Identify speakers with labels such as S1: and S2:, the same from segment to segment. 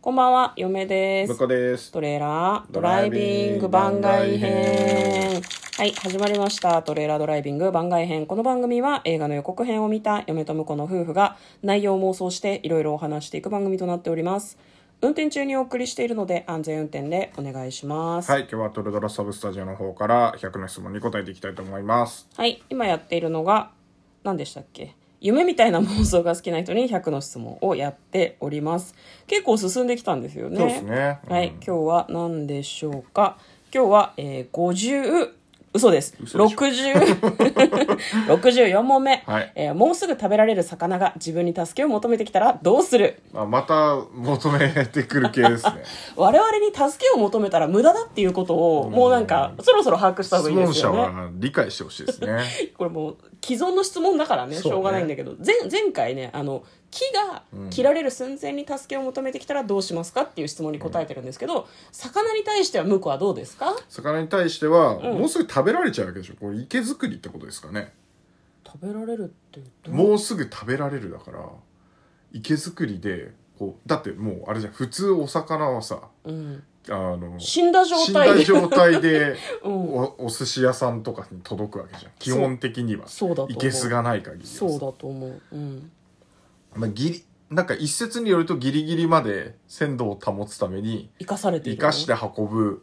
S1: こんばんは、嫁で
S2: 向
S1: す
S2: こ。うです。
S1: トレーラード
S2: ド
S1: ラ
S2: ラ
S1: イ
S2: イ
S1: ビ
S2: ビ
S1: ン
S2: ン
S1: グ
S2: グ
S1: 番
S2: 番
S1: 外編
S2: 外編。
S1: はい、始まりました。トレーラードライビング番外編。この番組は映画の予告編を見た嫁と婿の夫婦が内容を妄想していろいろお話していく番組となっております。運転中にお送りしているので安全運転でお願いします。
S2: はい、今日はトルドラサブスタジオの方から100の質問に答えていきたいと思います。
S1: はい、今やっているのが何でしたっけ夢みたいな妄想が好きな人に100の質問をやっております結構進んできたんですよね
S2: そうですねうん
S1: はい今日は何でしょうか今日は、えー、50嘘です
S2: 嘘でしょ
S1: 60 64問目、
S2: はい
S1: えーもうすぐ食べられる魚が自分に助けを求めてきたらどうする
S2: あまた求めてくる系ですね。
S1: 我々に助けを求めたら無駄だっていうことをもうなんかそ ろそろ把握した方が
S2: 質
S1: いいで
S2: 問
S1: す
S2: 者
S1: よね
S2: は理解してほしいで すね。
S1: これもう既存の質問だからね
S2: そう
S1: し
S2: ね
S1: ょうがないんだけど、前前回ねあの木が切られる寸前に助けを求めてきたらどうしますかっていう質問に答えてるんですけど、魚に対しては向こうはどうですか
S2: 魚に対しては、もうすぐ食べられちゃうわけでしょ。これ池作りってことですかね。
S1: 食べられるってどう
S2: もうすぐ食べられるだから、池作りで、こう、だってもうあれじゃん、普通お魚はさ、
S1: うん、
S2: あの、
S1: 死んだ状
S2: 死ん
S1: 態
S2: だ
S1: で
S2: 状態で、
S1: うん、
S2: おお寿司屋さんとかに届くわけじゃん。基本的には。
S1: そうだと思う
S2: いけすがない限りはさ。
S1: そうだと思う、うん、
S2: まあ、ギリなんか一説によるとギリギリまで鮮度を保つために
S1: 生かされてい
S2: 生
S1: る
S2: かして運ぶ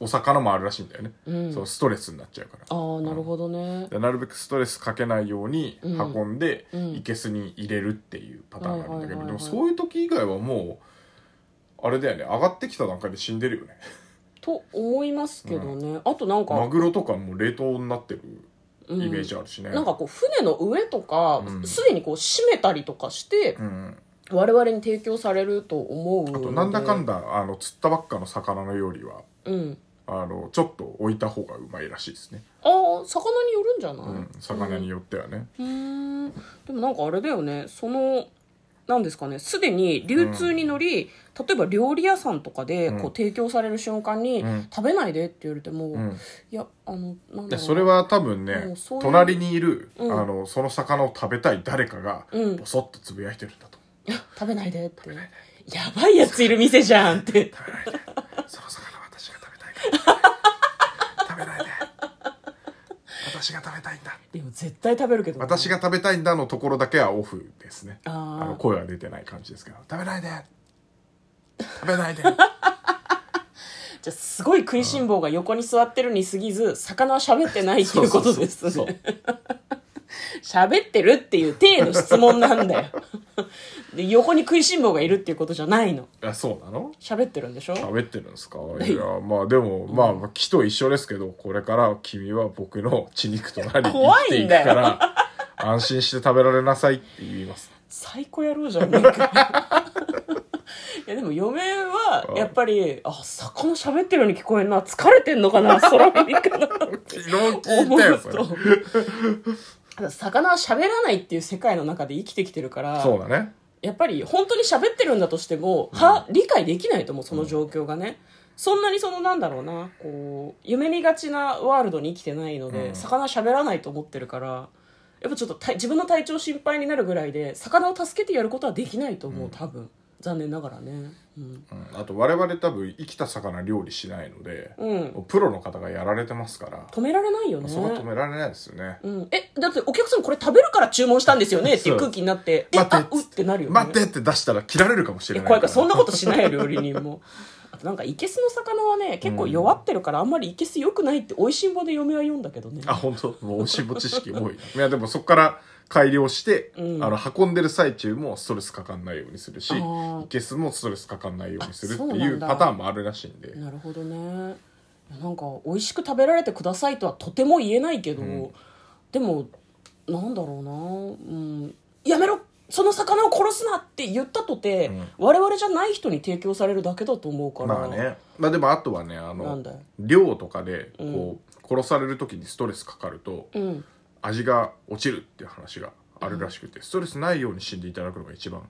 S2: お魚もあるらしいんだよね、
S1: うん
S2: そうストレスになっちゃうから
S1: ああなるほどね、
S2: でなるべくストレスかけないように
S1: うん
S2: 運んで、
S1: うん
S2: いけすに入れるっていうパターンがあるん
S1: はい
S2: だけど、
S1: はいはいはい
S2: でもそういう時以外はもうあれだよね上がってきた段階で死んでるよね
S1: と思いますけどね、あとなんか
S2: マグロとかもう冷凍になってる
S1: う
S2: イ
S1: ん
S2: メージあるしね、うん、
S1: なんかこう船の上とか
S2: うん
S1: すで、にこう締めたりとかして我々に提供されると思うの
S2: あ
S1: で
S2: となんだかんだあの釣ったばっかの魚の料理は
S1: うん
S2: あのちょっと置いた方がうまいらしいですね、
S1: ああ魚によるんじゃない、
S2: うん、魚によってはね、
S1: うーんでもなんかあれだよねそのなんですかねすでに流通に乗り、例えば料理屋さんとかで
S2: うん
S1: こう提供される瞬間に、
S2: うん
S1: 食べないでって言われても、
S2: うん
S1: いやあのなん
S2: で
S1: だろう
S2: それは多分
S1: も
S2: ね
S1: うそういう
S2: 隣にいる、
S1: うん
S2: あのその魚を食べたい誰かが
S1: うん
S2: ボソッとつぶやいてる んだと、
S1: 食べないでってやばいやついる店じゃんって
S2: 食べないでその魚は私が食べたいから食べないで私が食べたいんだ
S1: でも絶対食べるけどな
S2: 私が食べたいんだのところだけはオフですね
S1: あー
S2: の声は出てない感じですけど食べないで食 べないで
S1: じゃあすごい食いしん坊が横に座ってるに過ぎず魚は喋ってないっていうことです
S2: そうそう
S1: ね喋ってるっていう体の質問なんだよ で横に食いしん坊がいるっていうことじゃないの
S2: あそうなの
S1: 喋ってるんでしょ
S2: 喋ってるんですかいやまあでも、まあまあ木と一緒ですけどこれから君は僕の血肉となり
S1: 怖
S2: 生き
S1: い
S2: て
S1: ん
S2: いく
S1: だよ
S2: から安心して食べられなさいって言います
S1: 最高野郎じゃねえか いやでも嫁はやっぱりあ魚喋ってるように聞こえんな疲れてんのかな空耳かな
S2: 昨日聞
S1: 思
S2: いたよ
S1: う
S2: それ
S1: と 魚は喋らないっていう世界の中で生きてきてるから
S2: そうだね
S1: やっぱり本当に喋ってるんだとしても、は理解できないと思うその状況がね、そんなにそのなんだろうなこう夢見がちなワールドに生きてないので、
S2: うん
S1: 魚喋らないと思ってるからやっぱちょっと体自分の体調心配になるぐらいで魚を助けてやることはできないと思う、多分残念ながらねうん、
S2: うんあと我々多分生きた魚料理しないので、
S1: うん
S2: プロの方がやられてますから、
S1: 止められないよね
S2: そこは止められないですよね、
S1: うん、えだってお客さんこれ食べるから注文したんですよねっていう空気になってえ
S2: そう待
S1: あ
S2: って
S1: うってなるよね
S2: 待ってって出したら切られるかもし
S1: い
S2: れ
S1: や
S2: ない
S1: 怖いからそんなことしないよ料理人 もあとなんかいけすの魚はね結構弱ってるからあんまりいけす良くないっておいしんぼで嫁は読んだけどね
S2: あ本当もうおしぼ知識多いないやでもそこから改良して、
S1: うん
S2: あの運んでる最中もストレスかかんないようにするし
S1: あー
S2: いけすもストレスかかんないようにするって
S1: あそう
S2: い
S1: なん
S2: う
S1: だ
S2: パターンもあるらしいんで
S1: なるほどねいやなんか美味しく食べられてくださいとはとても言えないけど、
S2: うん
S1: でもなんだろうな、うん、やめろその魚を殺すなって言ったとて、
S2: うん
S1: 我々じゃない人に提供されるだけだと思うから、
S2: まあねまあでもあとはねあ
S1: な
S2: の
S1: んだよ
S2: 量とかでこう、殺される時にストレスかかると
S1: うん、
S2: 味が落ちるっていう話があるらしくて、ストレスないように死んでいただくのが一番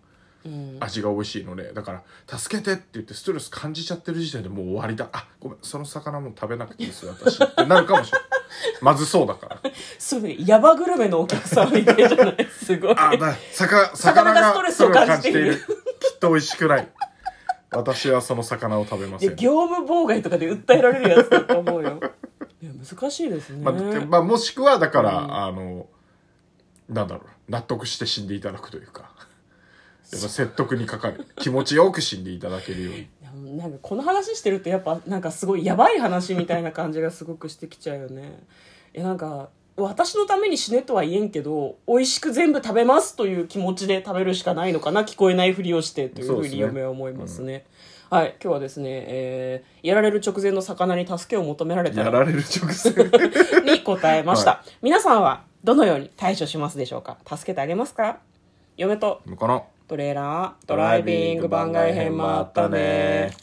S1: うん、
S2: 味が美味しいのでだから「助けて」って言ってストレス感じちゃってる時点でもう終わりだあごめんその魚もう食べなくていいですよ私ってなるか もしれないまずそうだから
S1: すごいヤバグルメのお客さんみたいじゃないすごい
S2: あだ魚
S1: 魚がストレスを感じている
S2: ストレスを感じているきっと美味しくない私はその魚を食べま
S1: い
S2: せ
S1: や
S2: ん。
S1: 業務妨害とかで訴えられるやつだと思 うよいや難しいですね、
S2: まあてまあ、もしくはだから、あのなんだろう納得して死んでいただくというかやっぱ説得にかかる気持ちよく死んでいただけるように
S1: いやなんかこの話してるとやっぱなんかすごいやばい話みたいな感じがすごくしてきちゃうよねいやなんか私のために死ねとは言えんけど美味しく全部食べますという気持ちで食べるしかないのかな聞こえないふりをしてというふ
S2: そう
S1: う
S2: です
S1: に
S2: ね
S1: 嫁は思いますねはい今日はですね、えーやられる直前の魚に助けを求められた
S2: や
S1: ら
S2: られる直前
S1: に答えました、
S2: は
S1: 皆さんはどのように対処しますでしょうか助けてあげますか嫁と
S2: この
S1: トレーラードライビング番外編もあったね